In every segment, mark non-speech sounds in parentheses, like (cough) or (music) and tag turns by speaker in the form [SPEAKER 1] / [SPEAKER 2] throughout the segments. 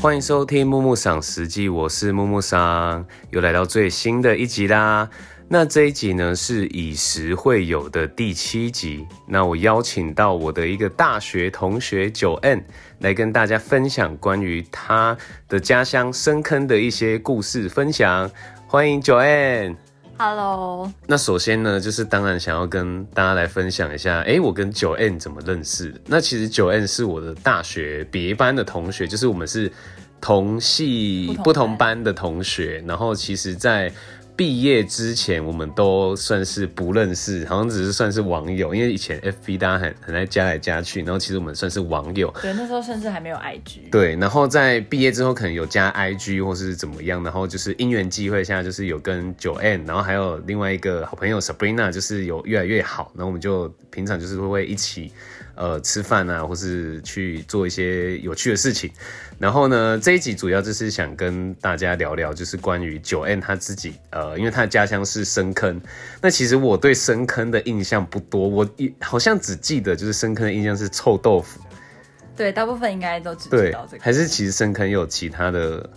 [SPEAKER 1] 欢迎收听木木赏食记，我是木木赏，又来到最新的一集啦。那这一集呢是以食会友的第七集，那我邀请到我的一个大学同学九 N 来跟大家分享关于他的家乡深坑的一些故事分享，欢迎九 N。
[SPEAKER 2] Hello，
[SPEAKER 1] 那首先呢，就是当然想要跟大家来分享一下，诶，我跟九 N 怎么认识的？那其实九 N 是我的大学别班的同学，就是我们是同系不
[SPEAKER 2] 不
[SPEAKER 1] 同
[SPEAKER 2] 同班
[SPEAKER 1] 班的同学。然后其实，在毕业之前，我们都算是不认识，好像只是算是网友，因为以前 FB 大家很很爱加来加去，然后其实我们算是网友。
[SPEAKER 2] 对，那时候甚至还没有 IG，
[SPEAKER 1] 对，然后在毕业之后可能有加 IG 或是怎么样，然后就是因缘际会下，就是有跟九 N，然后还有另外一个好朋友 Sabrina，就是有越来越好，然后我们就平常就是会一起呃吃饭啊，或是去做一些有趣的事情。然后呢，这一集主要就是想跟大家聊聊，就是关于九 N 他自己，呃，因为他的家乡是深坑。那其实我对深坑的印象不多，我一好像只记得就是深坑的印象是臭豆腐。
[SPEAKER 2] 对，大部分应该都只知
[SPEAKER 1] 对
[SPEAKER 2] 道这，个。
[SPEAKER 1] 还是其实深坑也有其他的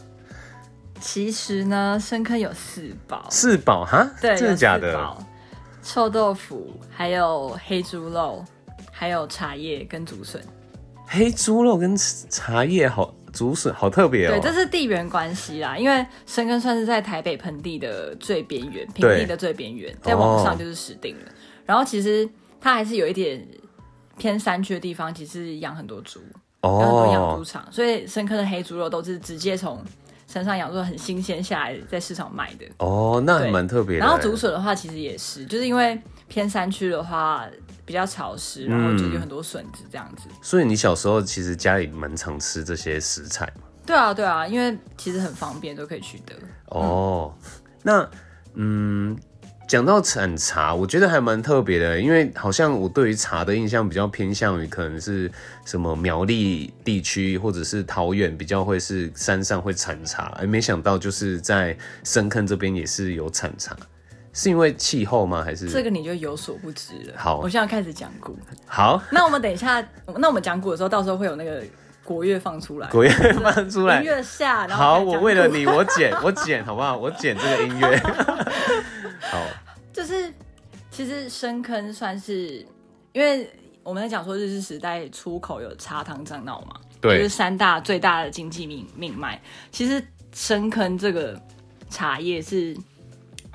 [SPEAKER 2] 其实呢，深坑有四宝，
[SPEAKER 1] 四宝哈？
[SPEAKER 2] 对，
[SPEAKER 1] 真的
[SPEAKER 2] 有
[SPEAKER 1] 假
[SPEAKER 2] 四
[SPEAKER 1] 的？
[SPEAKER 2] 宝？臭豆腐，还有黑猪肉，还有茶叶跟竹笋。
[SPEAKER 1] 黑猪肉跟茶叶好，竹笋好特别
[SPEAKER 2] 对，
[SPEAKER 1] 哦、
[SPEAKER 2] 这是地缘关系啦，因为深坑算是在台北盆地的最边缘，平
[SPEAKER 1] 对哦
[SPEAKER 2] 地的最边缘，再往上就是石碇了。然后其实它还是有一点偏山区的地方，其实养很多猪。有很多养猪
[SPEAKER 1] 哦，
[SPEAKER 2] 场，所以深坑的黑猪肉都是直接从山上养猪很新鲜下来，在市场卖的。
[SPEAKER 1] 哦，那还
[SPEAKER 2] 对
[SPEAKER 1] 蛮特别的。欸
[SPEAKER 2] 然后竹笋的话，其实也是，就是因为偏山区的话比较潮湿，然后
[SPEAKER 1] 嗯
[SPEAKER 2] 就有很多笋子这样子。
[SPEAKER 1] 所以你小时候其实家里蛮常吃这些食材嘛
[SPEAKER 2] 对啊，对啊，因为其实很方便，都可以取得。
[SPEAKER 1] 哦，那嗯，讲到产茶，我觉得还蛮特别的，因为好像我对于茶的印象比较偏向于可能是什么苗栗地区或者是桃园比较会是山上会产茶，而没想到就是在深坑这边也是有产茶，是因为气候吗？还是
[SPEAKER 2] 这个你就有所不知了。
[SPEAKER 1] 好
[SPEAKER 2] 我现在开始讲古。
[SPEAKER 1] 好
[SPEAKER 2] 那我们等一下，那我们讲古的时候，到时候会有那个国乐放出来，
[SPEAKER 1] 国乐放出来
[SPEAKER 2] 音？乐下，然后
[SPEAKER 1] 好，
[SPEAKER 2] 再
[SPEAKER 1] 我
[SPEAKER 2] 讲
[SPEAKER 1] 为了
[SPEAKER 2] 古
[SPEAKER 1] 你，我剪，我剪，好不好？我剪这个音乐。
[SPEAKER 2] (laughs)
[SPEAKER 1] 好，
[SPEAKER 2] 就是其实深坑算是，因为我们在讲说日治时代出口有茶汤樟脑嘛，就
[SPEAKER 1] 对
[SPEAKER 2] 是，三大最大的经济命命脉。其实深坑这个茶叶是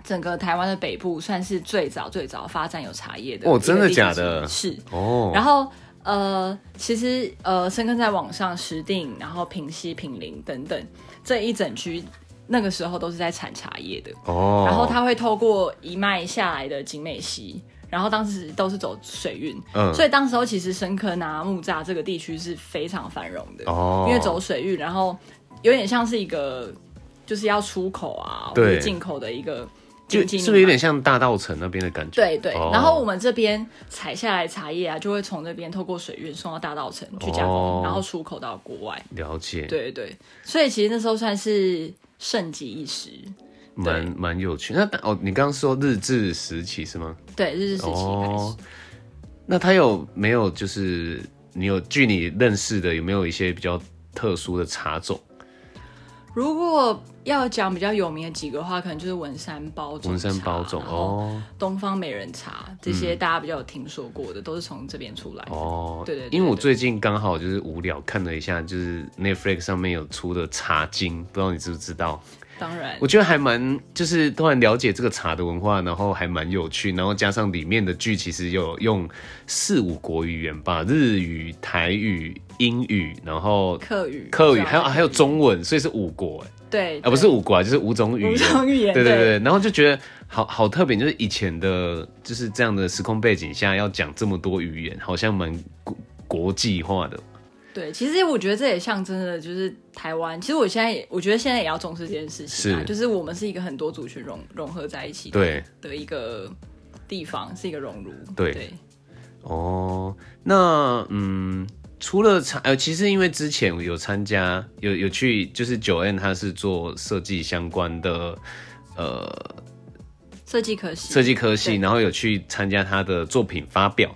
[SPEAKER 2] 整个台湾的北部算是最早最早发展有茶叶的
[SPEAKER 1] 哦
[SPEAKER 2] 一个
[SPEAKER 1] 真的
[SPEAKER 2] 地
[SPEAKER 1] 假
[SPEAKER 2] 区
[SPEAKER 1] 的
[SPEAKER 2] 是，
[SPEAKER 1] 哦，
[SPEAKER 2] 然后呃，其实呃，深坑在网上石定，然后平溪、平林等等这一整区，那个时候都是在产茶叶的。
[SPEAKER 1] 哦，
[SPEAKER 2] 然后它会透过一脉下来的景美溪，然后当时都是走水运，
[SPEAKER 1] 嗯
[SPEAKER 2] 所以当时候其实深坑啊、木栅这个地区是非常繁荣的，
[SPEAKER 1] 哦，
[SPEAKER 2] 因为走水运，然后有点像是一个就是要出口啊或
[SPEAKER 1] 对
[SPEAKER 2] 者进口的一个
[SPEAKER 1] 就
[SPEAKER 2] 经济
[SPEAKER 1] 是不是有
[SPEAKER 2] 命脉
[SPEAKER 1] 点像大道城那边的感觉？
[SPEAKER 2] 对对，
[SPEAKER 1] 哦
[SPEAKER 2] 然后我们这边采下来茶叶啊，就会从这边透过水运送到大稻城去加工，
[SPEAKER 1] 哦
[SPEAKER 2] 然后出口到国外。
[SPEAKER 1] 了解，，
[SPEAKER 2] 对对，所以其实那时候算是盛极一时。
[SPEAKER 1] 蛮蛮有趣。那哦，你刚刚说日治时期是吗？
[SPEAKER 2] 对，日治时期开始，
[SPEAKER 1] 哦，那他有没有就是你有据你认识的有没有一些比较特殊的茶种？
[SPEAKER 2] 如果要讲比较有名的几个的话，可能就是文山包种、
[SPEAKER 1] 文山包种、哦
[SPEAKER 2] 东方美人茶这些大家比较有听说过的，都是从这边出来的。
[SPEAKER 1] 哦，
[SPEAKER 2] 对对对
[SPEAKER 1] 因为我
[SPEAKER 2] 对
[SPEAKER 1] 最近刚好就是无聊看了一下，就是 Netflix 上面有出的茶经，不知道你知不知道？
[SPEAKER 2] 当然
[SPEAKER 1] 我，觉得还蛮，就是突然了解这个茶的文化，然后还蛮有趣，然后加上里面的剧其实有用四五国语言吧，日语、台语、英语，然后
[SPEAKER 2] 客语、
[SPEAKER 1] 客语，
[SPEAKER 2] 不知
[SPEAKER 1] 还有
[SPEAKER 2] 道
[SPEAKER 1] 还有中文，所以是五国哎、
[SPEAKER 2] 对
[SPEAKER 1] 啊不是五国啊，就是五种语言。
[SPEAKER 2] 五种语言，
[SPEAKER 1] 对对
[SPEAKER 2] 对
[SPEAKER 1] 对，然后就觉得好好特别，就是以前的，就是这样的时空背景下要讲这么多语言，好像蛮国国际化的。
[SPEAKER 2] 对，其实我觉得这也象征了，就是台湾。其实我现在也，我觉得现在也要重视这件事情、啊，
[SPEAKER 1] 是
[SPEAKER 2] 就是我们是一个很多族群融融合在一起的
[SPEAKER 1] 对，
[SPEAKER 2] 的一个地方，是一个熔炉。
[SPEAKER 1] 对
[SPEAKER 2] 对
[SPEAKER 1] 哦，那嗯，除了参呃，其实因为之前有参加，有有去，就是九 N 他是做设计相关的呃
[SPEAKER 2] 设计可惜，
[SPEAKER 1] 设计科系，
[SPEAKER 2] 对
[SPEAKER 1] 然后有去参加他的作品发表。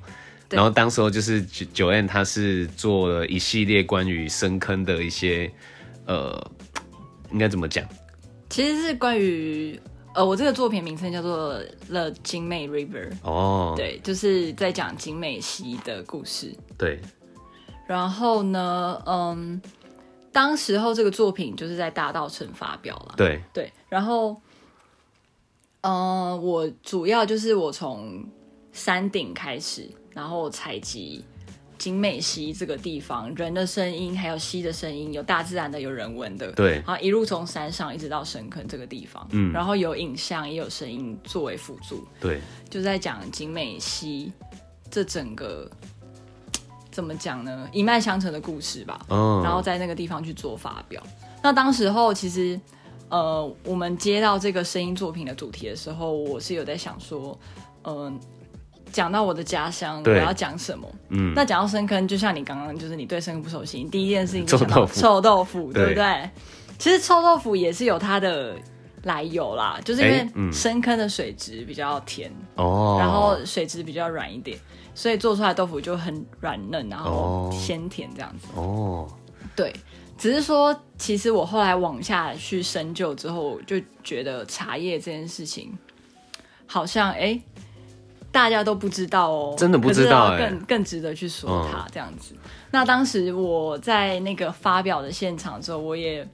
[SPEAKER 2] 对
[SPEAKER 1] 然后当时候就是九九 N，他是做了一系列关于深坑的一些呃，应该怎么讲？
[SPEAKER 2] 其实是关于呃，我这个作品名称叫做《The 景美 River》，
[SPEAKER 1] 哦，
[SPEAKER 2] 对，就是在讲景美溪的故事。
[SPEAKER 1] 对
[SPEAKER 2] 然后呢，嗯，当时候这个作品就是在大道城发表了，
[SPEAKER 1] 对
[SPEAKER 2] 对，然后，嗯，我主要就是我从山顶开始，然后采集景美溪这个地方人的声音，还有溪的声音，有大自然的，有人文的，
[SPEAKER 1] 对
[SPEAKER 2] 然后一路从山上一直到深坑这个地方，嗯，然后有影像也有声音作为辅助，
[SPEAKER 1] 对
[SPEAKER 2] 就在讲景美溪这整个怎么讲呢，一脉相承的故事吧，
[SPEAKER 1] 哦，
[SPEAKER 2] 然后在那个地方去做发表。那当时候其实，呃，我们接到这个声音作品的主题的时候，我是有在想说，嗯、讲到我的家乡，我
[SPEAKER 1] 对
[SPEAKER 2] 要讲什么？
[SPEAKER 1] 嗯
[SPEAKER 2] 那讲到深坑，就像你刚刚，就是你对深坑不熟悉，你第一件事情就
[SPEAKER 1] 臭
[SPEAKER 2] 想到
[SPEAKER 1] 豆腐
[SPEAKER 2] 臭豆腐，对不
[SPEAKER 1] 对
[SPEAKER 2] 对？其实臭豆腐也是有它的来由啦，就是因
[SPEAKER 1] 哎嗯
[SPEAKER 2] 为深坑的水质比较甜，
[SPEAKER 1] 哦，
[SPEAKER 2] 然后水质比较软一点，所以做出来的豆腐就很软嫩，然后
[SPEAKER 1] 哦
[SPEAKER 2] 鲜甜这样子。
[SPEAKER 1] 哦，
[SPEAKER 2] 对，只是说，其实我后来往下去深究之后，我就觉得茶叶这件事情，好像哎、诶大家都不知道哦，
[SPEAKER 1] 真的不知道欸
[SPEAKER 2] 可是要
[SPEAKER 1] 诶
[SPEAKER 2] 更更值得去说它这样子。那当时我在那个发表的现场之后，我也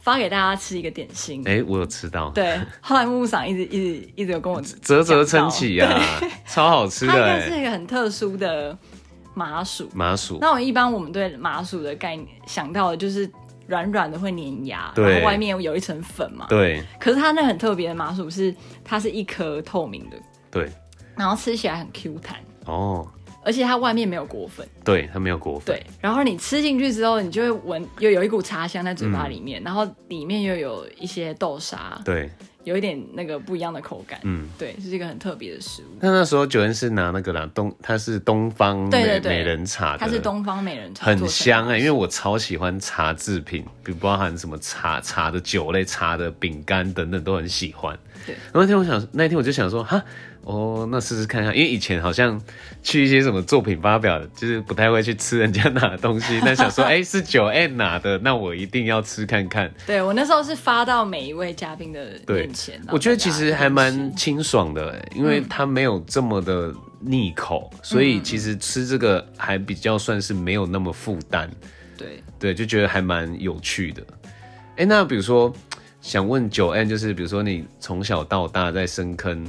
[SPEAKER 2] 发给大家吃一个点心。
[SPEAKER 1] 哎、我有吃到，
[SPEAKER 2] 对，后来木木赏一直一直一直有跟我
[SPEAKER 1] 啧啧
[SPEAKER 2] 讲到
[SPEAKER 1] 称奇啊，超好吃
[SPEAKER 2] 它应
[SPEAKER 1] 的
[SPEAKER 2] 该
[SPEAKER 1] 哎、
[SPEAKER 2] 是一个很特殊的麻薯。
[SPEAKER 1] 麻薯，
[SPEAKER 2] 那我一般我们对麻薯的概念想到的就是软软的会粘牙，
[SPEAKER 1] 对
[SPEAKER 2] 然后外面有一层粉嘛。
[SPEAKER 1] 对
[SPEAKER 2] 可是它那很特别的麻薯是，它是一颗透明的，
[SPEAKER 1] 对，
[SPEAKER 2] 然后吃起来很 Q 弹，
[SPEAKER 1] 哦，
[SPEAKER 2] 而且它外面没有果粉。
[SPEAKER 1] 对，它没有果粉，
[SPEAKER 2] 对，然后你吃进去之后，你就会闻又有一股茶香在嘴巴里
[SPEAKER 1] 嗯
[SPEAKER 2] 面，然后里面又有一些豆沙，
[SPEAKER 1] 对，
[SPEAKER 2] 有一点那个不一样的口感。
[SPEAKER 1] 嗯。
[SPEAKER 2] 对，是一个很特别的食物。
[SPEAKER 1] 那那时候九恩是拿那个啦，东它是东方美
[SPEAKER 2] 对对对
[SPEAKER 1] 美人茶的，
[SPEAKER 2] 它是东方美人茶，
[SPEAKER 1] 很香哎、因为我超喜欢茶制品，比如包含什么茶、茶的酒类、茶的饼干等等都很喜欢。
[SPEAKER 2] 对
[SPEAKER 1] 然后那天我想，那天我就想说，哈，哦，那试试看看，因为以前好像去一些什么作品发表，就是不太会去吃人家拿的东西，但
[SPEAKER 2] (laughs)
[SPEAKER 1] 想说，哎、是九 N 拿的，那我一定要吃看看。
[SPEAKER 2] 对我那时候是发到每一位嘉宾的
[SPEAKER 1] 对
[SPEAKER 2] 面前，然后
[SPEAKER 1] 我觉得其
[SPEAKER 2] 大
[SPEAKER 1] 实
[SPEAKER 2] 家
[SPEAKER 1] 还
[SPEAKER 2] 一
[SPEAKER 1] 蛮
[SPEAKER 2] 起
[SPEAKER 1] 清爽的、欸，因
[SPEAKER 2] 嗯
[SPEAKER 1] 为它没有这么的腻口，所以其实吃这个还比较算是没有那么负担。
[SPEAKER 2] 对。
[SPEAKER 1] 对，就觉得还蛮有趣的。哎、那比如说，想问九 N，就是比如说你从小到大在深坑，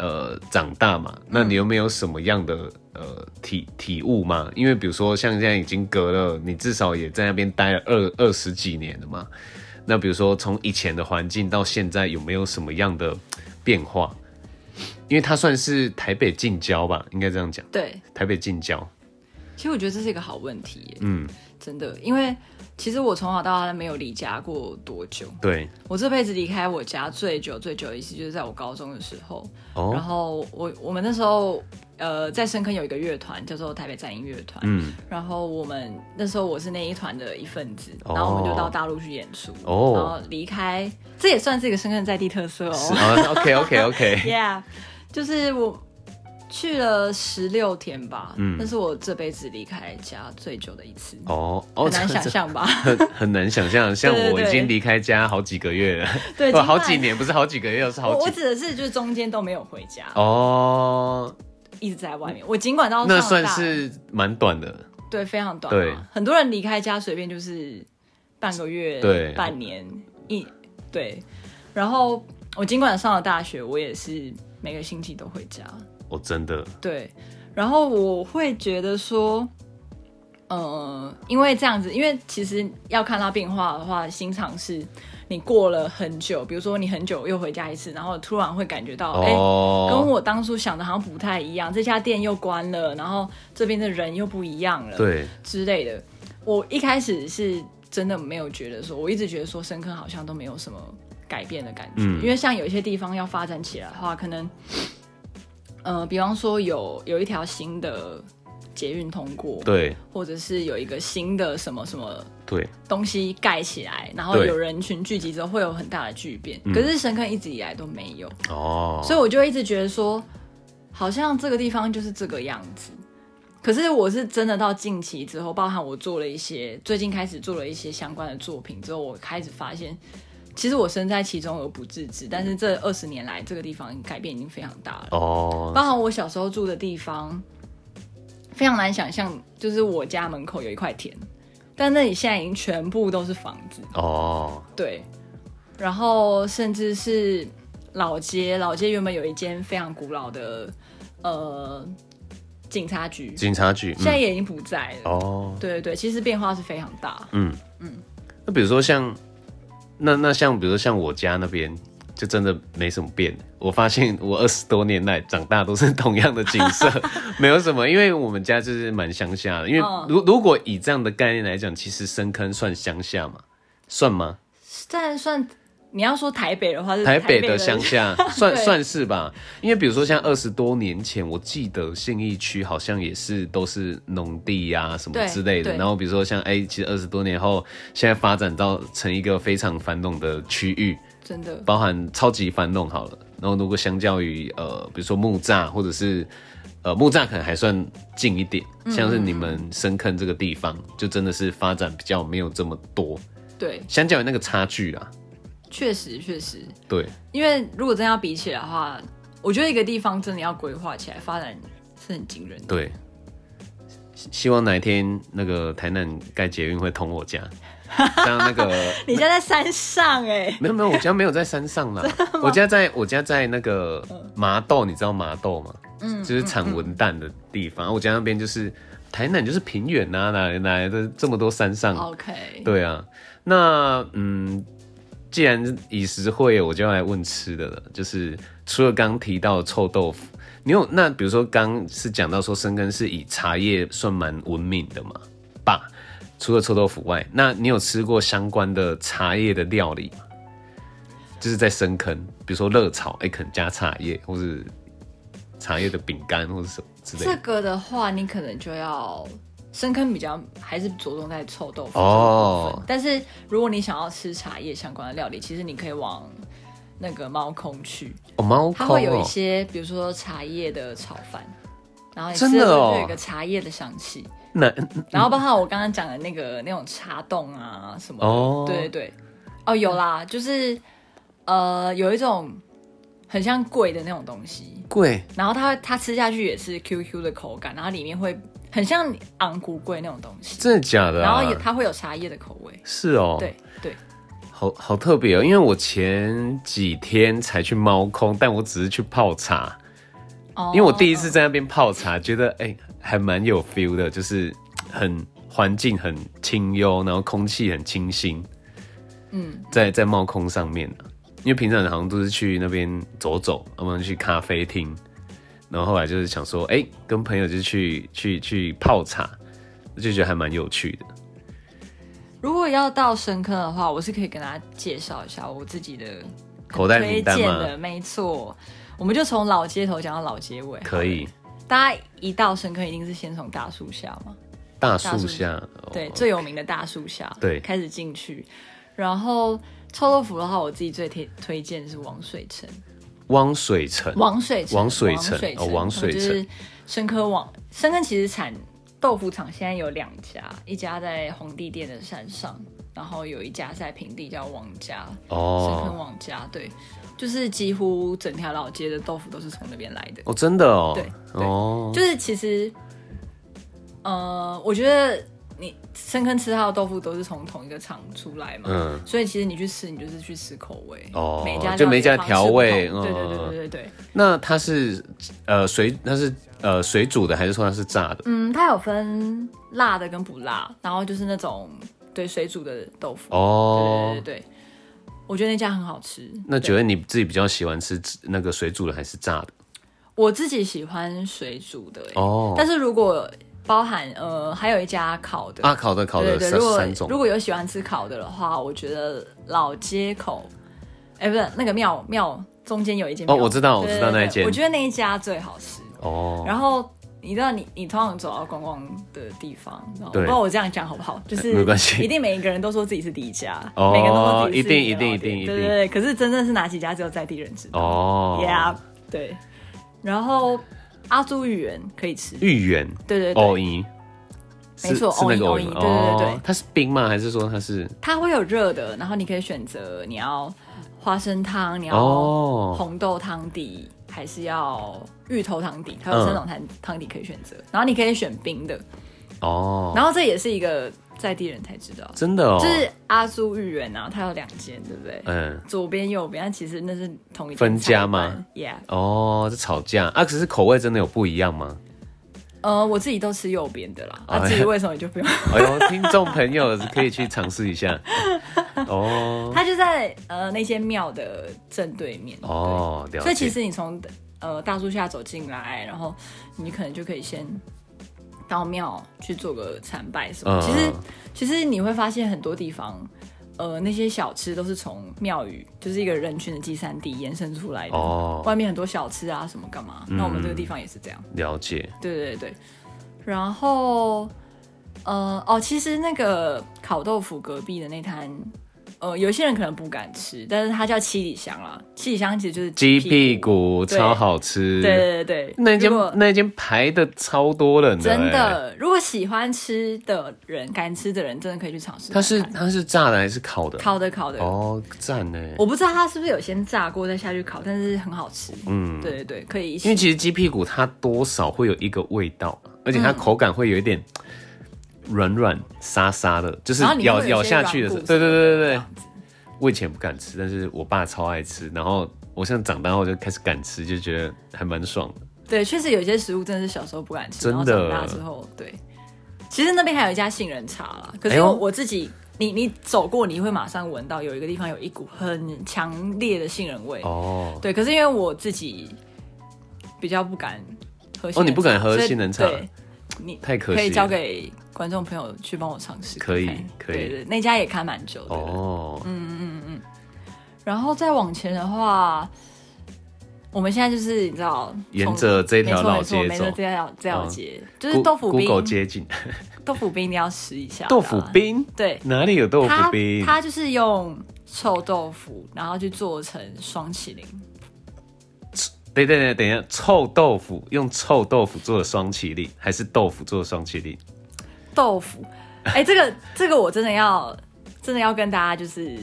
[SPEAKER 1] 呃，长大嘛，那你有没有什么样的呃体体悟吗？因为比如说像现在已经隔了，你至少也在那边待了二二十几年了嘛。那比如说从以前的环境到现在，有没有什么样的变化？因为它算是台北近郊吧，应该这样讲，
[SPEAKER 2] 对，
[SPEAKER 1] 台北近郊。
[SPEAKER 2] 其实我觉得这是一个好问题耶，
[SPEAKER 1] 嗯，
[SPEAKER 2] 真的，因为其实我从小到大没有离家过多久，
[SPEAKER 1] 对，
[SPEAKER 2] 我这辈子离开我家最久最久的一次就是在我高中的时候，然
[SPEAKER 1] 哦，
[SPEAKER 2] 后我我们那时候呃在深坑有一个乐团叫做台北战音乐团，
[SPEAKER 1] 嗯，
[SPEAKER 2] 然后我们那时候我是那一团的一份子，
[SPEAKER 1] 哦
[SPEAKER 2] 然后我们就到大陆去演出，
[SPEAKER 1] 哦
[SPEAKER 2] 然后离开，这也算是一个深坑在地特色哦，
[SPEAKER 1] 是啊，OK OK OK，
[SPEAKER 2] Yeah，就是我去了十六天吧，
[SPEAKER 1] 嗯
[SPEAKER 2] 那是我这辈子离开家最久的一次，
[SPEAKER 1] 哦哦，
[SPEAKER 2] 很难
[SPEAKER 1] 这
[SPEAKER 2] 想，象吧？
[SPEAKER 1] 这 (laughs) 很很难想象。像
[SPEAKER 2] 对对
[SPEAKER 1] 我已
[SPEAKER 2] 对
[SPEAKER 1] 经离开家好几个月了，
[SPEAKER 2] 对，
[SPEAKER 1] 不
[SPEAKER 2] 尽
[SPEAKER 1] 好
[SPEAKER 2] 管
[SPEAKER 1] 几。年，不是好几个月，是
[SPEAKER 2] 我
[SPEAKER 1] 好
[SPEAKER 2] 我
[SPEAKER 1] 几
[SPEAKER 2] 指的是，就是中间都没有回家，
[SPEAKER 1] 哦，
[SPEAKER 2] 一直在外面。我尽管到
[SPEAKER 1] 那
[SPEAKER 2] 上
[SPEAKER 1] 算
[SPEAKER 2] 大
[SPEAKER 1] 是蛮短的，
[SPEAKER 2] 对非常短、啊，
[SPEAKER 1] 对
[SPEAKER 2] 很多人离开家随便就是半个月、
[SPEAKER 1] 对
[SPEAKER 2] 半年一对。然后我尽管上了大学，我也是每个星期都回家，
[SPEAKER 1] 哦，真的，
[SPEAKER 2] 对，然后我会觉得说，呃，因为这样子，因为其实要看它变化的话，新尝试你过了很久，比如说你很久又回家一次，然后突然会感觉到，哎、跟
[SPEAKER 1] 哦，
[SPEAKER 2] 我当初想的好像不太一样，这家店又关了，然后这边的人又不一样了，
[SPEAKER 1] 对，
[SPEAKER 2] 之类的。我一开始是真的没有觉得说，我一直觉得说深坑好像都没有什么改变的感觉，
[SPEAKER 1] 嗯
[SPEAKER 2] 因为像有一些地方要发展起来的话，可能，呃，比方说有有一条新的捷运通过，
[SPEAKER 1] 对，
[SPEAKER 2] 或者是有一个新的什么什么
[SPEAKER 1] 对，
[SPEAKER 2] 东西盖起来，然后
[SPEAKER 1] 对嗯
[SPEAKER 2] 有人群聚集之后会有很大的巨变，可是深坑一直以来都没有，
[SPEAKER 1] 哦，
[SPEAKER 2] 所以我就一直觉得说，好像这个地方就是这个样子。可是我是真的到近期之后，包含我做了一些最近开始做了一些相关的作品之后，我开始发现，其实我身在其中而不自知。但是这二十年来，这个地方改变已经非常大了。
[SPEAKER 1] 哦，
[SPEAKER 2] 包含我小时候住的地方，非常难想象，就是我家门口有一块田，但那里现在已经全部都是房子，
[SPEAKER 1] 哦，
[SPEAKER 2] 对，然后甚至是老街，老街原本有一间非常古老的呃警察局，
[SPEAKER 1] 警察局，
[SPEAKER 2] 现在
[SPEAKER 1] 嗯，
[SPEAKER 2] 也已经不在了。
[SPEAKER 1] 哦，
[SPEAKER 2] 对对对，其实变化是非常大。
[SPEAKER 1] 嗯嗯。那比如说像，那那像比如说像我家那边，就真的没什么变。我发现我二十多年来长大都是同样的景色，没有什么。因为我们家就是蛮乡下的，因为
[SPEAKER 2] 嗯
[SPEAKER 1] 如、如果以这样的概念来讲，其实深坑算乡下嘛，算吗？
[SPEAKER 2] 但算你要说台北的话，是
[SPEAKER 1] 台
[SPEAKER 2] 北
[SPEAKER 1] 北的乡下算算是吧，因为比如说像二十多年前，我记得信义区好像也是都是农地呀、什么
[SPEAKER 2] 对
[SPEAKER 1] 之类的。
[SPEAKER 2] 对
[SPEAKER 1] 然后比如说像哎、其实二十多年后，现在发展到成一个非常繁荣的区域，
[SPEAKER 2] 真的
[SPEAKER 1] 包含超级繁荣好了。然后如果相较于呃，比如说木栅或者是呃木栅可能还算近一点，像是你们深坑这个地方，就真的是发展比较没有这么多，
[SPEAKER 2] 对，
[SPEAKER 1] 相较于那个差距啊，
[SPEAKER 2] 确实确实，
[SPEAKER 1] 对，
[SPEAKER 2] 因为如果真要比起来的话，我觉得一个地方真的要规划起来发展是很惊人的。
[SPEAKER 1] 对，希希望哪一天那个台南盖捷运会通我 (laughs) 家，像那个
[SPEAKER 2] 你现在在山上哎、
[SPEAKER 1] 没有没有，我家没有在山上 (laughs) 啦，我家在我家在那个麻豆，你知道麻豆吗？嗯，就是产文旦的地方，我家那边就是台南就是平原啊，哪哪来的这么多山上？
[SPEAKER 2] OK，
[SPEAKER 1] 对啊，那嗯，既然以食会友，我就要来问吃的了。就是除了刚提到的臭豆腐，你有那比如说刚是讲到说深根是以茶叶算蛮闻名的嘛？吧，除了臭豆腐外，那你有吃过相关的茶叶的料理吗？就是在深坑，比如说热炒，哎、可能加茶叶，或是茶叶的饼干，或是什么之类
[SPEAKER 2] 这
[SPEAKER 1] 的。
[SPEAKER 2] 个的话，你可能就要深坑比较还是着重在臭豆腐
[SPEAKER 1] 哦
[SPEAKER 2] 这个部分但是如果你想要吃茶叶相关的料理，其实你可以往那个猫空去，
[SPEAKER 1] 哦，猫
[SPEAKER 2] 它
[SPEAKER 1] 空
[SPEAKER 2] 会有一
[SPEAKER 1] 哦，
[SPEAKER 2] 些，比如说茶叶的炒饭，然后你
[SPEAKER 1] 真
[SPEAKER 2] 吃
[SPEAKER 1] 的
[SPEAKER 2] 的时
[SPEAKER 1] 哦
[SPEAKER 2] 候就有一个茶叶的香气，
[SPEAKER 1] 那
[SPEAKER 2] 然后包括我刚刚讲的那个那种茶冻啊什么的，
[SPEAKER 1] 哦
[SPEAKER 2] 对对对，哦有啦，就是呃有一种很像贵的那种东西，
[SPEAKER 1] 贵
[SPEAKER 2] 然后它它吃下去也是 QQ 的口感，然后里面会很像昂古贵那种东西，
[SPEAKER 1] 真的假的、啊？
[SPEAKER 2] 然后也它会有茶叶的口味，
[SPEAKER 1] 是哦，
[SPEAKER 2] 对对，
[SPEAKER 1] 好好特别哦，因为我前几天才去猫空，但我只是去泡茶，
[SPEAKER 2] 哦，
[SPEAKER 1] 因为我第一次在那边泡茶，觉得哎、还蛮有 feel 的，就是很环境很清幽，然后空气很清新。嗯，在在猫空上面、啊、因为平常好像都是去那边走走，要不然去咖啡厅，然后后来就是想说，哎、跟朋友就去去去泡茶，就觉得还蛮有趣的。
[SPEAKER 2] 如果要到深坑的话，我是可以跟大家介绍一下我自己的
[SPEAKER 1] 口袋
[SPEAKER 2] 推
[SPEAKER 1] 名单
[SPEAKER 2] 荐
[SPEAKER 1] 吗？
[SPEAKER 2] 的，没错，我们就从老街头讲到老街尾，
[SPEAKER 1] 可以，
[SPEAKER 2] 大家一到深坑一定是先从大树下嘛，
[SPEAKER 1] 大
[SPEAKER 2] 大
[SPEAKER 1] 树
[SPEAKER 2] 树
[SPEAKER 1] 下，哦
[SPEAKER 2] 对，最有名的大树下，
[SPEAKER 1] 对
[SPEAKER 2] 开始进去，然后臭豆腐的话，我自己最推推荐是王水城，
[SPEAKER 1] 汪水城，
[SPEAKER 2] 王水城，
[SPEAKER 1] 王水城
[SPEAKER 2] 水
[SPEAKER 1] 哦王水城
[SPEAKER 2] 就是深坑网，深坑其实产豆腐厂现在有两家，一家在红地店的山上，然后有一家在平地叫王家，深坑
[SPEAKER 1] 哦
[SPEAKER 2] 王家，对，就是几乎整条老街的豆腐都是从那边来的。
[SPEAKER 1] 哦，真的哦，
[SPEAKER 2] 对对
[SPEAKER 1] 哦，
[SPEAKER 2] 就是其实，呃，我觉得你深坑吃它的豆腐都是从同一个厂出来嘛，
[SPEAKER 1] 嗯
[SPEAKER 2] 所以其实你去吃，你就是去吃口味
[SPEAKER 1] 哦
[SPEAKER 2] 每家料理
[SPEAKER 1] 就每家调味
[SPEAKER 2] 的方式不同对对对对对对，
[SPEAKER 1] 那它是呃水，它是呃水煮的，还是说它是炸的？
[SPEAKER 2] 嗯，它有分辣的跟不辣，然后就是那种对水煮的豆腐，
[SPEAKER 1] 哦
[SPEAKER 2] 对对，对对，我觉得那家很好吃。
[SPEAKER 1] 那
[SPEAKER 2] 对
[SPEAKER 1] 觉得你自己比较喜欢吃那个水煮的还是炸的？
[SPEAKER 2] 我自己喜欢水煮的、欸，
[SPEAKER 1] 哦
[SPEAKER 2] 但是如果包含呃，还有一家烤的
[SPEAKER 1] 啊，烤的烤的
[SPEAKER 2] 对对对，
[SPEAKER 1] 三
[SPEAKER 2] 如
[SPEAKER 1] 三
[SPEAKER 2] 果如
[SPEAKER 1] 种，
[SPEAKER 2] 果有喜欢吃烤的的话，我觉得老街口，哎、不是那个庙庙中间有一间
[SPEAKER 1] 哦
[SPEAKER 2] 庙
[SPEAKER 1] 我知道
[SPEAKER 2] 对对
[SPEAKER 1] 我知道
[SPEAKER 2] 对
[SPEAKER 1] 那一间
[SPEAKER 2] 我觉得那一家最好吃。
[SPEAKER 1] 哦，
[SPEAKER 2] 然后你知道你你通常走到观光的地方，然后我
[SPEAKER 1] 对
[SPEAKER 2] 不知道我这样讲好不好，就是
[SPEAKER 1] 没关系
[SPEAKER 2] 一定每一个人都说自己是第一家，
[SPEAKER 1] 哦
[SPEAKER 2] 每个人都说自己是
[SPEAKER 1] 一定
[SPEAKER 2] 老
[SPEAKER 1] 一定
[SPEAKER 2] 店
[SPEAKER 1] 一定
[SPEAKER 2] 对
[SPEAKER 1] 一定
[SPEAKER 2] 对对。可是真正是哪几家只有在地人知道。
[SPEAKER 1] 哦
[SPEAKER 2] Yeah，对。然后阿朱芋圆可以吃，
[SPEAKER 1] 芋圆
[SPEAKER 2] 对对对，
[SPEAKER 1] 藕泥，
[SPEAKER 2] 没错
[SPEAKER 1] 是是那个
[SPEAKER 2] 藕
[SPEAKER 1] 藕
[SPEAKER 2] 泥
[SPEAKER 1] 泥，
[SPEAKER 2] 藕泥对对对
[SPEAKER 1] 哦它是冰吗？还是说它是
[SPEAKER 2] 它会有热的，然后你可以选择你要花生汤，你要
[SPEAKER 1] 哦？
[SPEAKER 2] 红豆汤底，还是要芋头汤底，它有三种汤汤底可以选择，然后你可以选冰的，
[SPEAKER 1] 哦，
[SPEAKER 2] 然后这也是一个在地人才知道，
[SPEAKER 1] 真的哦，
[SPEAKER 2] 就是阿苏芋圆啊，它有两间，对不对？
[SPEAKER 1] 嗯，
[SPEAKER 2] 左边右边，它其实那是同一间
[SPEAKER 1] 分家
[SPEAKER 2] 菜
[SPEAKER 1] 吗
[SPEAKER 2] 馆？Yeah，
[SPEAKER 1] 哦，这吵架啊，可是口味真的有不一样
[SPEAKER 2] (laughs)
[SPEAKER 1] 吗？
[SPEAKER 2] 呃，我自己都吃右边的啦，啊，
[SPEAKER 1] 哎
[SPEAKER 2] 至于为什么你就不用。
[SPEAKER 1] 哎呦，听众朋友可以去尝试一
[SPEAKER 2] (laughs)
[SPEAKER 1] 下。哦
[SPEAKER 2] 它就在呃那些庙的正对面。
[SPEAKER 1] 哦，了
[SPEAKER 2] 对，
[SPEAKER 1] 解。
[SPEAKER 2] 所以其实你从呃大树下走进来，然后你可能就可以先到庙去做个参拜什
[SPEAKER 1] 嗯
[SPEAKER 2] 么。其实其实你会发现很多地方。呃，那些小吃都是从庙宇，就是一个人群的集散地延伸出来的。
[SPEAKER 1] 哦嗯
[SPEAKER 2] 外面很多小吃啊，什么干嘛？那我们这个地方也是这样。
[SPEAKER 1] 了解
[SPEAKER 2] 对对对，然后呃哦，其实那个烤豆腐隔壁的那摊，呃，有些人可能不敢吃，但是它叫七里香啦，七里香其实就是
[SPEAKER 1] 鸡
[SPEAKER 2] 屁
[SPEAKER 1] 屁。股
[SPEAKER 2] 对
[SPEAKER 1] 超好吃，
[SPEAKER 2] 对对对对，
[SPEAKER 1] 那间
[SPEAKER 2] 如果
[SPEAKER 1] 那间排的超多人的，
[SPEAKER 2] 真
[SPEAKER 1] 哎。
[SPEAKER 2] 的，如果喜欢吃的人、敢吃的人，真的可以去尝试看看。
[SPEAKER 1] 它是它是炸的还是烤的？
[SPEAKER 2] 烤的烤的，
[SPEAKER 1] 哦，赞呢。
[SPEAKER 2] 我不知道它是不是有先炸过再下去烤，但是很好吃。
[SPEAKER 1] 嗯，
[SPEAKER 2] 对对对，可以一起。
[SPEAKER 1] 因为其实鸡屁股它多少会有一个味道，而
[SPEAKER 2] 嗯
[SPEAKER 1] 且它口感会有一点软软沙沙的，就是
[SPEAKER 2] 然后里面
[SPEAKER 1] 咬
[SPEAKER 2] 会有
[SPEAKER 1] 咬
[SPEAKER 2] 一些
[SPEAKER 1] 下去的时候，
[SPEAKER 2] 软骨
[SPEAKER 1] 对对对对
[SPEAKER 2] 这
[SPEAKER 1] 对
[SPEAKER 2] 样。子
[SPEAKER 1] 我以前不敢吃，但是我爸超爱吃，然后我现在长大后就开始敢吃，就觉得还蛮爽的。
[SPEAKER 2] 对，确实有些食物真的是小时候不敢吃，
[SPEAKER 1] 真的
[SPEAKER 2] 然后长大之后，对。其实那边还有一家杏仁茶啦，可
[SPEAKER 1] 哎
[SPEAKER 2] 是
[SPEAKER 1] 呦
[SPEAKER 2] 我我自己，你你走过，你会马上闻到有一个地方有一股很强烈的杏仁味。
[SPEAKER 1] 哦，
[SPEAKER 2] 对，可是因为我自己比较不敢喝杏仁茶。
[SPEAKER 1] 哦你不敢喝
[SPEAKER 2] 所以
[SPEAKER 1] 杏仁茶
[SPEAKER 2] 对，你
[SPEAKER 1] 太可惜了
[SPEAKER 2] 可以交给观众朋友去帮我尝试看看。
[SPEAKER 1] 可以可以
[SPEAKER 2] 对对，那家也开蛮久的。
[SPEAKER 1] 哦，
[SPEAKER 2] 嗯然后再往前的话，我们现在就是你知道，
[SPEAKER 1] 沿着这条老街
[SPEAKER 2] 没
[SPEAKER 1] 走嗯
[SPEAKER 2] 错没错没错这条这条街、就是
[SPEAKER 1] 孤
[SPEAKER 2] 豆腐
[SPEAKER 1] 孤狗
[SPEAKER 2] 冰，
[SPEAKER 1] 接近
[SPEAKER 2] 豆腐冰你要吃一下。
[SPEAKER 1] 豆腐，冰，
[SPEAKER 2] 对，
[SPEAKER 1] 哪里有豆腐
[SPEAKER 2] 它
[SPEAKER 1] 冰？
[SPEAKER 2] 它就是用臭豆腐，然后去做成双麒麟。
[SPEAKER 1] 等等等等一下，臭豆腐用臭豆腐做的双麒麟，还是豆腐做的双麒麟？
[SPEAKER 2] 豆腐，哎、这个这个我真的要真的要跟大家就是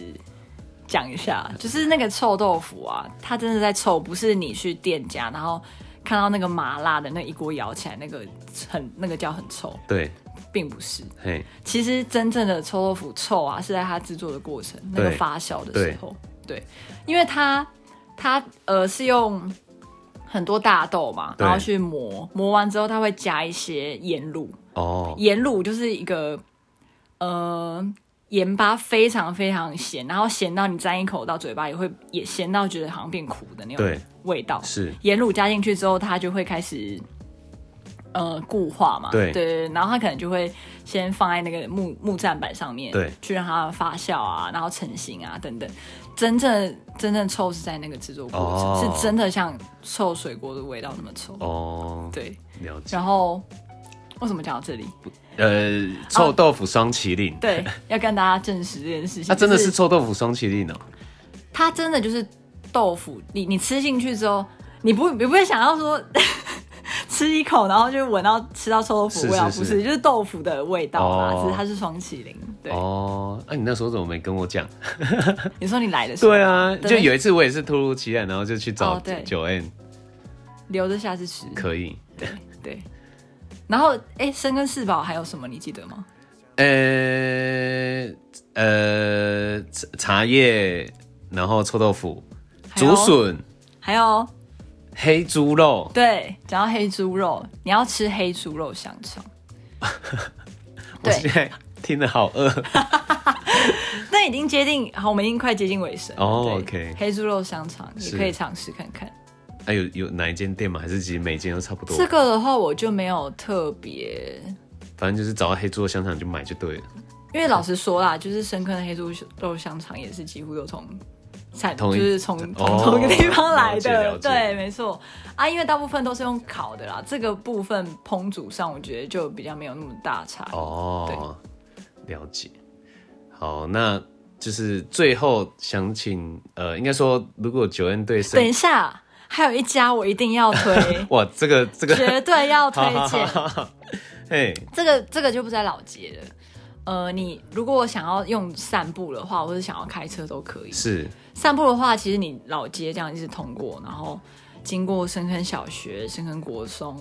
[SPEAKER 2] 讲一下，就是那个臭豆腐啊，它真的在臭，不是你去店家然后看到那个麻辣的那一锅舀起来那个很那个叫很臭，
[SPEAKER 1] 对，
[SPEAKER 2] 并不是。
[SPEAKER 1] 嘿，
[SPEAKER 2] 其实真正的臭豆腐臭啊，是在它制作的过程，那
[SPEAKER 1] 对
[SPEAKER 2] 个发酵的时候，对，因为它它呃是用很多大豆嘛，
[SPEAKER 1] 对
[SPEAKER 2] 然后去磨，磨完之后它会加一些盐卤，
[SPEAKER 1] 哦，
[SPEAKER 2] 盐卤就是一个呃盐巴非常非常咸，然后咸到你沾一口到嘴巴也会也咸到觉得好像变苦的那种
[SPEAKER 1] 对
[SPEAKER 2] 味道，
[SPEAKER 1] 是
[SPEAKER 2] 盐卤加进去之后，它就会开始呃固化嘛，
[SPEAKER 1] 对
[SPEAKER 2] 对，然后它可能就会先放在那个木木栈板上面，
[SPEAKER 1] 对
[SPEAKER 2] 去让它发酵啊，然后成型啊等等。真正真正臭是在那个制作过程，
[SPEAKER 1] 哦
[SPEAKER 2] 是真的像臭水锅的味道那么臭，
[SPEAKER 1] 哦，
[SPEAKER 2] 对。
[SPEAKER 1] 了解。
[SPEAKER 2] 然后为什么讲到这里？
[SPEAKER 1] 呃，臭豆腐双麒麟，
[SPEAKER 2] 哦对，要跟大家证实这件事情，
[SPEAKER 1] 它啊真的
[SPEAKER 2] 就是
[SPEAKER 1] 臭豆腐双麒麟哦。
[SPEAKER 2] 它真的就是豆腐，你你吃进去之后，你不你不会想要说 (laughs) 吃一口，然后就闻到吃到臭豆腐
[SPEAKER 1] 是
[SPEAKER 2] 味道，
[SPEAKER 1] 是
[SPEAKER 2] 不
[SPEAKER 1] 是
[SPEAKER 2] 是，就是豆腐的味道啦，
[SPEAKER 1] 哦
[SPEAKER 2] 只是它是双麒麟。对，
[SPEAKER 1] 哦，那、你那时候怎么没跟我讲？
[SPEAKER 2] 你说你来的时候，
[SPEAKER 1] 对啊，
[SPEAKER 2] 对
[SPEAKER 1] 就有一次我也是突如其来，然后就去找
[SPEAKER 2] 哦对
[SPEAKER 1] 九 N，、
[SPEAKER 2] 留着下次吃。
[SPEAKER 1] 可以。
[SPEAKER 2] 对，然后哎，生跟四宝还有什么你记得吗？
[SPEAKER 1] 呃呃，茶茶叶，然后臭豆腐，
[SPEAKER 2] 还有
[SPEAKER 1] 竹，笋，
[SPEAKER 2] 还有
[SPEAKER 1] 黑猪肉，
[SPEAKER 2] 对，讲到黑猪肉，你要吃黑猪肉香肠。
[SPEAKER 1] (laughs) 我
[SPEAKER 2] 对
[SPEAKER 1] 现在听得好饿。
[SPEAKER 2] 那已经接近，好，我们已经快接近尾声了。
[SPEAKER 1] 哦
[SPEAKER 2] 对
[SPEAKER 1] OK
[SPEAKER 2] 黑猪肉香肠也
[SPEAKER 1] 是
[SPEAKER 2] 可以尝试看看。
[SPEAKER 1] 哎、有有哪一间店吗？还是其实每一间都差不多？
[SPEAKER 2] 这个的话，我就没有特别，
[SPEAKER 1] 反正就是找到黑猪肉香肠就买就对了。
[SPEAKER 2] 因为老实说啦，就是深坑的黑猪肉香肠也是几乎都从产，就
[SPEAKER 1] 同一
[SPEAKER 2] 是从
[SPEAKER 1] 哦
[SPEAKER 2] 从同一个地方来
[SPEAKER 1] 了解
[SPEAKER 2] 的，
[SPEAKER 1] 了解
[SPEAKER 2] 对，没错啊，因为大部分都是用烤的啦，这个部分烹煮上，我觉得就比较没有那么大差异。
[SPEAKER 1] 哦，了解。好，那就是最后想请呃，应该说如果九恩对
[SPEAKER 2] 等
[SPEAKER 1] 深，
[SPEAKER 2] 一下，还有一家我一定要推
[SPEAKER 1] (laughs) 哇，这个这个
[SPEAKER 2] 绝对要 (laughs) 推
[SPEAKER 1] (laughs)
[SPEAKER 2] 荐。
[SPEAKER 1] 好好好好嘿，
[SPEAKER 2] 这个这个就不在老街了。呃，你如果想要用散步的话，或者想要开车都可以。
[SPEAKER 1] 是
[SPEAKER 2] 散步的话，其实你老街这样一直通过，然后经过深坑小学、深坑国中，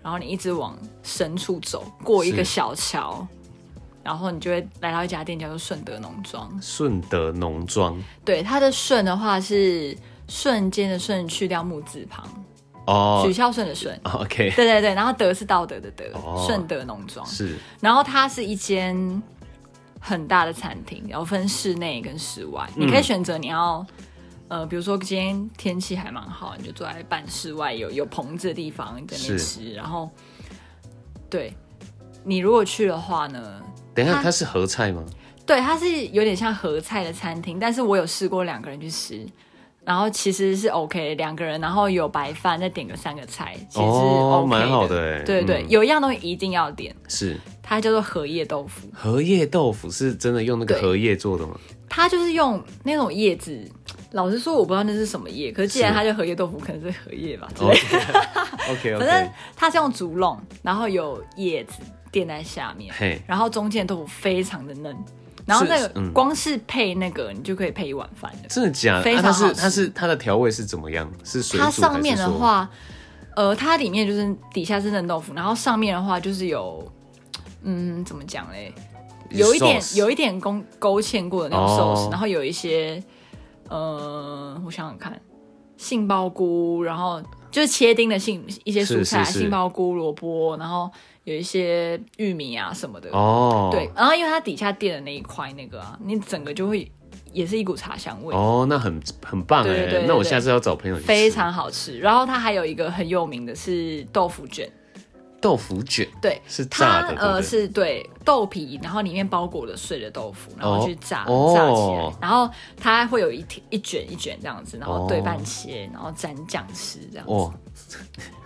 [SPEAKER 2] 然后你一直往深处走，过一个
[SPEAKER 1] 是
[SPEAKER 2] 小桥，然后你就会来到一家店叫做顺德农庄。
[SPEAKER 1] 顺德农庄
[SPEAKER 2] 对，它的顺的话是瞬间的顺，去掉木字旁，
[SPEAKER 1] 哦
[SPEAKER 2] 许孝顺的顺。
[SPEAKER 1] 哦，OK，
[SPEAKER 2] 对对对，然后德是道德的德，
[SPEAKER 1] 哦
[SPEAKER 2] 顺德农庄。
[SPEAKER 1] 是
[SPEAKER 2] 然后它是一间很大的餐厅，然后分室内跟室外，
[SPEAKER 1] 嗯
[SPEAKER 2] 你可以选择你要。呃，比如说今天天气还蛮好，你就坐在半室外有有棚子的地方你在那
[SPEAKER 1] 是
[SPEAKER 2] 边吃，然后对你如果去的话呢，
[SPEAKER 1] 等一下
[SPEAKER 2] 它
[SPEAKER 1] 它是合菜吗？
[SPEAKER 2] 对，它是有点像合菜的餐厅，但是我有试过两个人去吃，然后其实是 OK，两个人，然后有白饭，再点个三个菜，其实是 OK
[SPEAKER 1] 哦，蛮好的哎，
[SPEAKER 2] 对对，
[SPEAKER 1] 嗯
[SPEAKER 2] 有一样东西一定要点，
[SPEAKER 1] 是
[SPEAKER 2] 它叫做荷叶豆腐，
[SPEAKER 1] 荷叶豆腐是真的用那个
[SPEAKER 2] 对
[SPEAKER 1] 荷叶做的吗？
[SPEAKER 2] 它就是用那种叶子。老实说，我不知道那是什么叶，可是既然
[SPEAKER 1] 是
[SPEAKER 2] 它叫荷叶豆腐，可能是荷叶吧之类
[SPEAKER 1] 哦
[SPEAKER 2] 的
[SPEAKER 1] OK
[SPEAKER 2] 反正
[SPEAKER 1] OK，
[SPEAKER 2] 它是用竹笼，然后有叶子垫在下面，
[SPEAKER 1] 嘿，
[SPEAKER 2] 然后中间的豆腐非常的嫩，然后那
[SPEAKER 1] 是
[SPEAKER 2] 个
[SPEAKER 1] 嗯
[SPEAKER 2] 光是配那个，你就可以配一碗饭了。
[SPEAKER 1] 真的假的？
[SPEAKER 2] 非
[SPEAKER 1] 啊它
[SPEAKER 2] 常好
[SPEAKER 1] 是
[SPEAKER 2] 吃
[SPEAKER 1] 它是它的调味是怎么样？是水煮还
[SPEAKER 2] 它
[SPEAKER 1] 是
[SPEAKER 2] 上面的
[SPEAKER 1] 说，
[SPEAKER 2] 话，呃，它里面就是底下是嫩豆腐，然后上面的话就是有，嗯，怎么讲嘞？有一点
[SPEAKER 1] Sauce
[SPEAKER 2] 有一点勾勾芡过的那种寿司
[SPEAKER 1] 哦
[SPEAKER 2] 然后有一些，呃，我想想看，杏鲍菇，然后就是切丁的杏一些蔬
[SPEAKER 1] 是
[SPEAKER 2] 菜啊，
[SPEAKER 1] 是是
[SPEAKER 2] 杏鲍菇、萝卜，然后有一些玉米啊什么的。
[SPEAKER 1] 哦，
[SPEAKER 2] 对，，然后因为它底下垫的那一块那个啊，你整个就会也是一股茶香味。
[SPEAKER 1] 哦，那很很棒
[SPEAKER 2] 对对对
[SPEAKER 1] 哎，
[SPEAKER 2] 对
[SPEAKER 1] 那我
[SPEAKER 2] 对
[SPEAKER 1] 下次要找朋友去吃
[SPEAKER 2] 非常好吃。然后它还有一个很有名的是豆腐卷，
[SPEAKER 1] 豆腐卷
[SPEAKER 2] 对，
[SPEAKER 1] 是
[SPEAKER 2] 它
[SPEAKER 1] 炸的，对不
[SPEAKER 2] 呃
[SPEAKER 1] 对
[SPEAKER 2] 是对豆皮，然后里面包裹了碎的豆腐，然后去炸、
[SPEAKER 1] 哦
[SPEAKER 2] 炸起来
[SPEAKER 1] 哦，
[SPEAKER 2] 然后它会有一条一卷一卷这样子，然后
[SPEAKER 1] 哦
[SPEAKER 2] 对半切，然后蘸酱吃这样子。
[SPEAKER 1] 哦，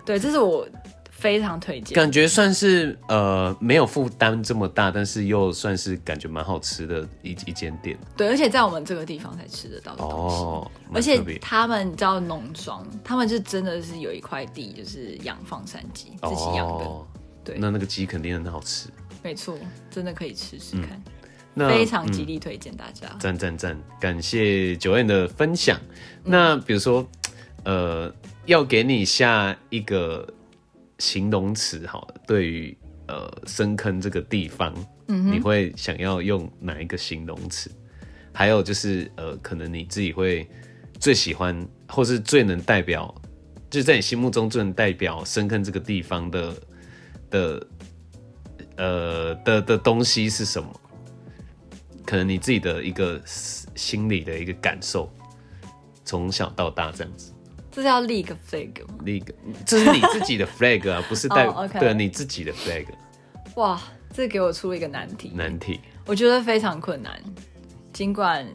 [SPEAKER 2] 对，这是我非常推荐。
[SPEAKER 1] 感觉算是呃没有负担这么大，但是又算是感觉蛮好吃的一一间店
[SPEAKER 2] 对，而且在我们这个地方才吃得到的东西。
[SPEAKER 1] 哦，
[SPEAKER 2] 而
[SPEAKER 1] 蛮
[SPEAKER 2] 且
[SPEAKER 1] 特别
[SPEAKER 2] 他们知道农庄，他们是真的是有一块地，就是养放山鸡，自己养的，
[SPEAKER 1] 哦
[SPEAKER 2] 对
[SPEAKER 1] 那那个鸡肯定很好吃，
[SPEAKER 2] 没错，真的可以试试看。
[SPEAKER 1] 嗯那
[SPEAKER 2] 非常极力推荐大家。
[SPEAKER 1] 赞赞赞，感谢九燕的分享。那比如说，呃，要给你下一个形容词，好了，对于呃深坑这个地方，嗯，你会想要用哪一个形容词？还有就是，呃，可能你自己会最喜欢，或是最能代表，就是在你心目中最能代表深坑这个地方的的呃的的东西是什么？可能你自己的一个心心理的一个感受，从小到大这样子。
[SPEAKER 2] 这是要立一个 flag 吗？
[SPEAKER 1] 那个，这是你自己的 (laughs) flag 啊，不是代、
[SPEAKER 2] 哦，OK
[SPEAKER 1] 对你自己的 flag
[SPEAKER 2] 哇，这给我出了一个难题，
[SPEAKER 1] 难题。
[SPEAKER 2] 我觉得非常困难。尽管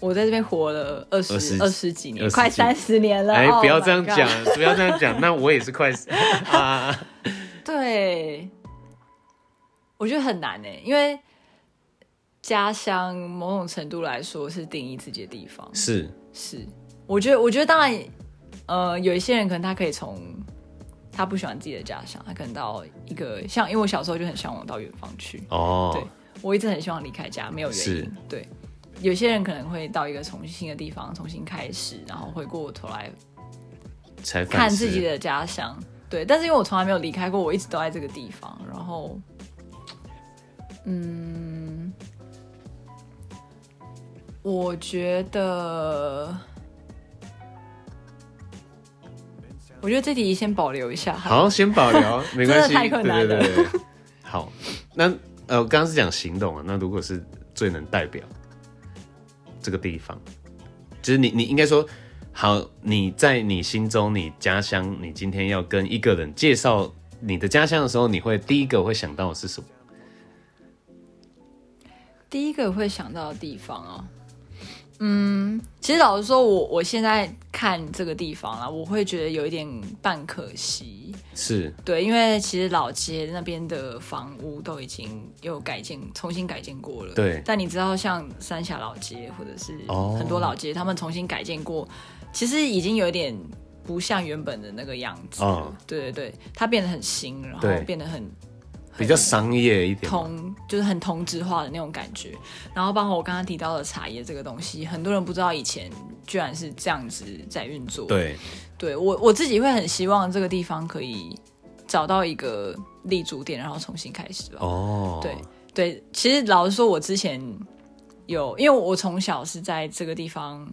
[SPEAKER 2] 我在这边活了二十
[SPEAKER 1] 20
[SPEAKER 2] 二十几年，
[SPEAKER 1] 20
[SPEAKER 2] 快
[SPEAKER 1] 几
[SPEAKER 2] 三十年了。
[SPEAKER 1] 哎、
[SPEAKER 2] Oh
[SPEAKER 1] 不要这样
[SPEAKER 2] (laughs) my god
[SPEAKER 1] 讲，不要这样讲。那我也是快啊，
[SPEAKER 2] 对，我觉得很难呢，欸因为家乡某种程度来说是定义自己的地方。
[SPEAKER 1] 是
[SPEAKER 2] 是，我觉得，我觉得当然，呃，有一些人可能他可以从他不喜欢自己的家乡，他可能到一个像，因为我小时候就很向往到远方去，对
[SPEAKER 1] 哦，
[SPEAKER 2] 我一直很希望离开家，没有原
[SPEAKER 1] 是
[SPEAKER 2] 因。对，有些人可能会到一个重新的地方重新开始，然后回过头来
[SPEAKER 1] 才反
[SPEAKER 2] 看
[SPEAKER 1] 思
[SPEAKER 2] 自己的家乡。对，但是因为我从来没有离开过，我一直都在这个地方。然后，嗯，我觉得，我觉得这题先保留一下好了。
[SPEAKER 1] 好，先保
[SPEAKER 2] (laughs)
[SPEAKER 1] 留，没关系。
[SPEAKER 2] 真的太困难了
[SPEAKER 1] 对对对对。好，那呃，我刚刚是讲行动啊，那如果是最能代表这个地方，就是你，你应该说，好，你在你心中，你家乡，你今天要跟一个人介绍你的家乡的时候，你会第一个会想到的是什么？
[SPEAKER 2] 第一个会想到的地方哦，嗯，其实老实说我，我现在看这个地方啦，我会觉得有一点半可惜。
[SPEAKER 1] 是
[SPEAKER 2] 对，因为其实老街那边的房屋都已经有改建，重新改建过了。
[SPEAKER 1] 对
[SPEAKER 2] 但你知道，像三峡老街或者是
[SPEAKER 1] 哦
[SPEAKER 2] 很多老街，他们重新改建过，其实已经有一点不像原本的那个样子了。
[SPEAKER 1] 嗯
[SPEAKER 2] 对对对，它变得很新，然后
[SPEAKER 1] 对
[SPEAKER 2] 变得很
[SPEAKER 1] 比较商业一点嘛，
[SPEAKER 2] 同就是很同质化的那种感觉。然后包括我刚刚提到的茶叶这个东西，很多人不知道以前居然是这样子在运作。
[SPEAKER 1] 对，
[SPEAKER 2] 对我我自己会很希望这个地方可以找到一个立足点，然后重新开始吧。
[SPEAKER 1] 哦，
[SPEAKER 2] 对对，其实老实说，我之前有，因为我从小是在这个地方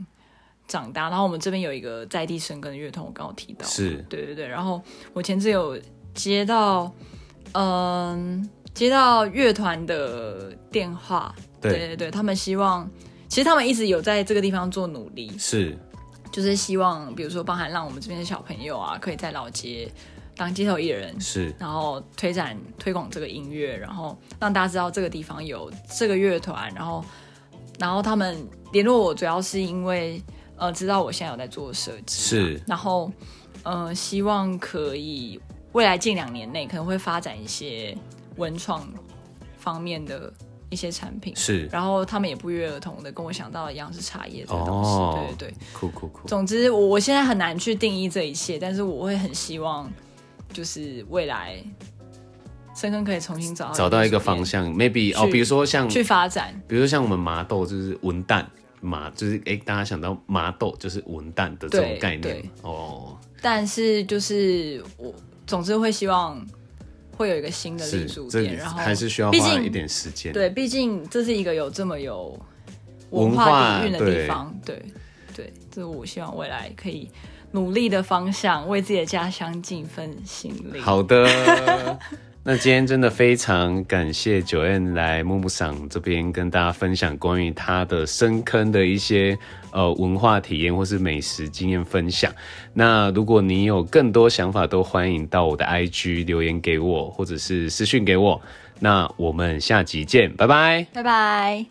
[SPEAKER 2] 长大，然后我们这边有一个在地生根的乐团，我刚刚有提到，
[SPEAKER 1] 是
[SPEAKER 2] 对对对。然后我前次有接到，嗯，接到乐团的电话，
[SPEAKER 1] 对
[SPEAKER 2] 对对对，他们希望，其实他们一直有在这个地方做努力，
[SPEAKER 1] 是
[SPEAKER 2] 就是希望，比如说包含让我们这边的小朋友啊，可以在老街当街头艺人，
[SPEAKER 1] 是
[SPEAKER 2] 然后推展推广这个音乐，然后让大家知道这个地方有这个乐团，然后然后他们联络我主要是因为呃知道我现在有在做设计，
[SPEAKER 1] 是
[SPEAKER 2] 然后呃希望可以未来近两年内可能会发展一些文创方面的一些产品，
[SPEAKER 1] 是，
[SPEAKER 2] 然后他们也不约而同的跟我想到的一样是茶叶这个东西，
[SPEAKER 1] 哦
[SPEAKER 2] 对对对。
[SPEAKER 1] 酷酷酷，
[SPEAKER 2] 总之，我我现在很难去定义这一切，但是我会很希望，就是未来深坑可以重新找到
[SPEAKER 1] 找到一个方
[SPEAKER 2] 向
[SPEAKER 1] 向，maybe 哦，
[SPEAKER 2] 去
[SPEAKER 1] 比如说像
[SPEAKER 2] 去发展。
[SPEAKER 1] 比如说像我们麻豆就是文旦麻，就是哎、诶大家想到麻豆就是文旦的这种
[SPEAKER 2] 对
[SPEAKER 1] 概念
[SPEAKER 2] 对
[SPEAKER 1] 哦，
[SPEAKER 2] 但是就是我，总之会希望会有一个新的立
[SPEAKER 1] 是
[SPEAKER 2] 足
[SPEAKER 1] 这
[SPEAKER 2] 点，然后
[SPEAKER 1] 还是需要
[SPEAKER 2] 毕
[SPEAKER 1] 花
[SPEAKER 2] 竟
[SPEAKER 1] 一点时间，
[SPEAKER 2] 对，毕竟这是一个有这么有
[SPEAKER 1] 文
[SPEAKER 2] 文
[SPEAKER 1] 化
[SPEAKER 2] 化底蕴的
[SPEAKER 1] 对
[SPEAKER 2] 地方，对对，这是我希望未来可以努力的方向，为自己的家乡尽一份心力。
[SPEAKER 1] 好
[SPEAKER 2] (laughs)
[SPEAKER 1] 的，那今天真的非常感谢九燕来木木赏这边跟大家分享关于他的深坑的一些呃文化体验或是美食经验分享。那如果你有更多想法，都欢迎到我的 IG 留言给我，或者是私讯给我。那我们下集见，拜拜。
[SPEAKER 2] 拜拜。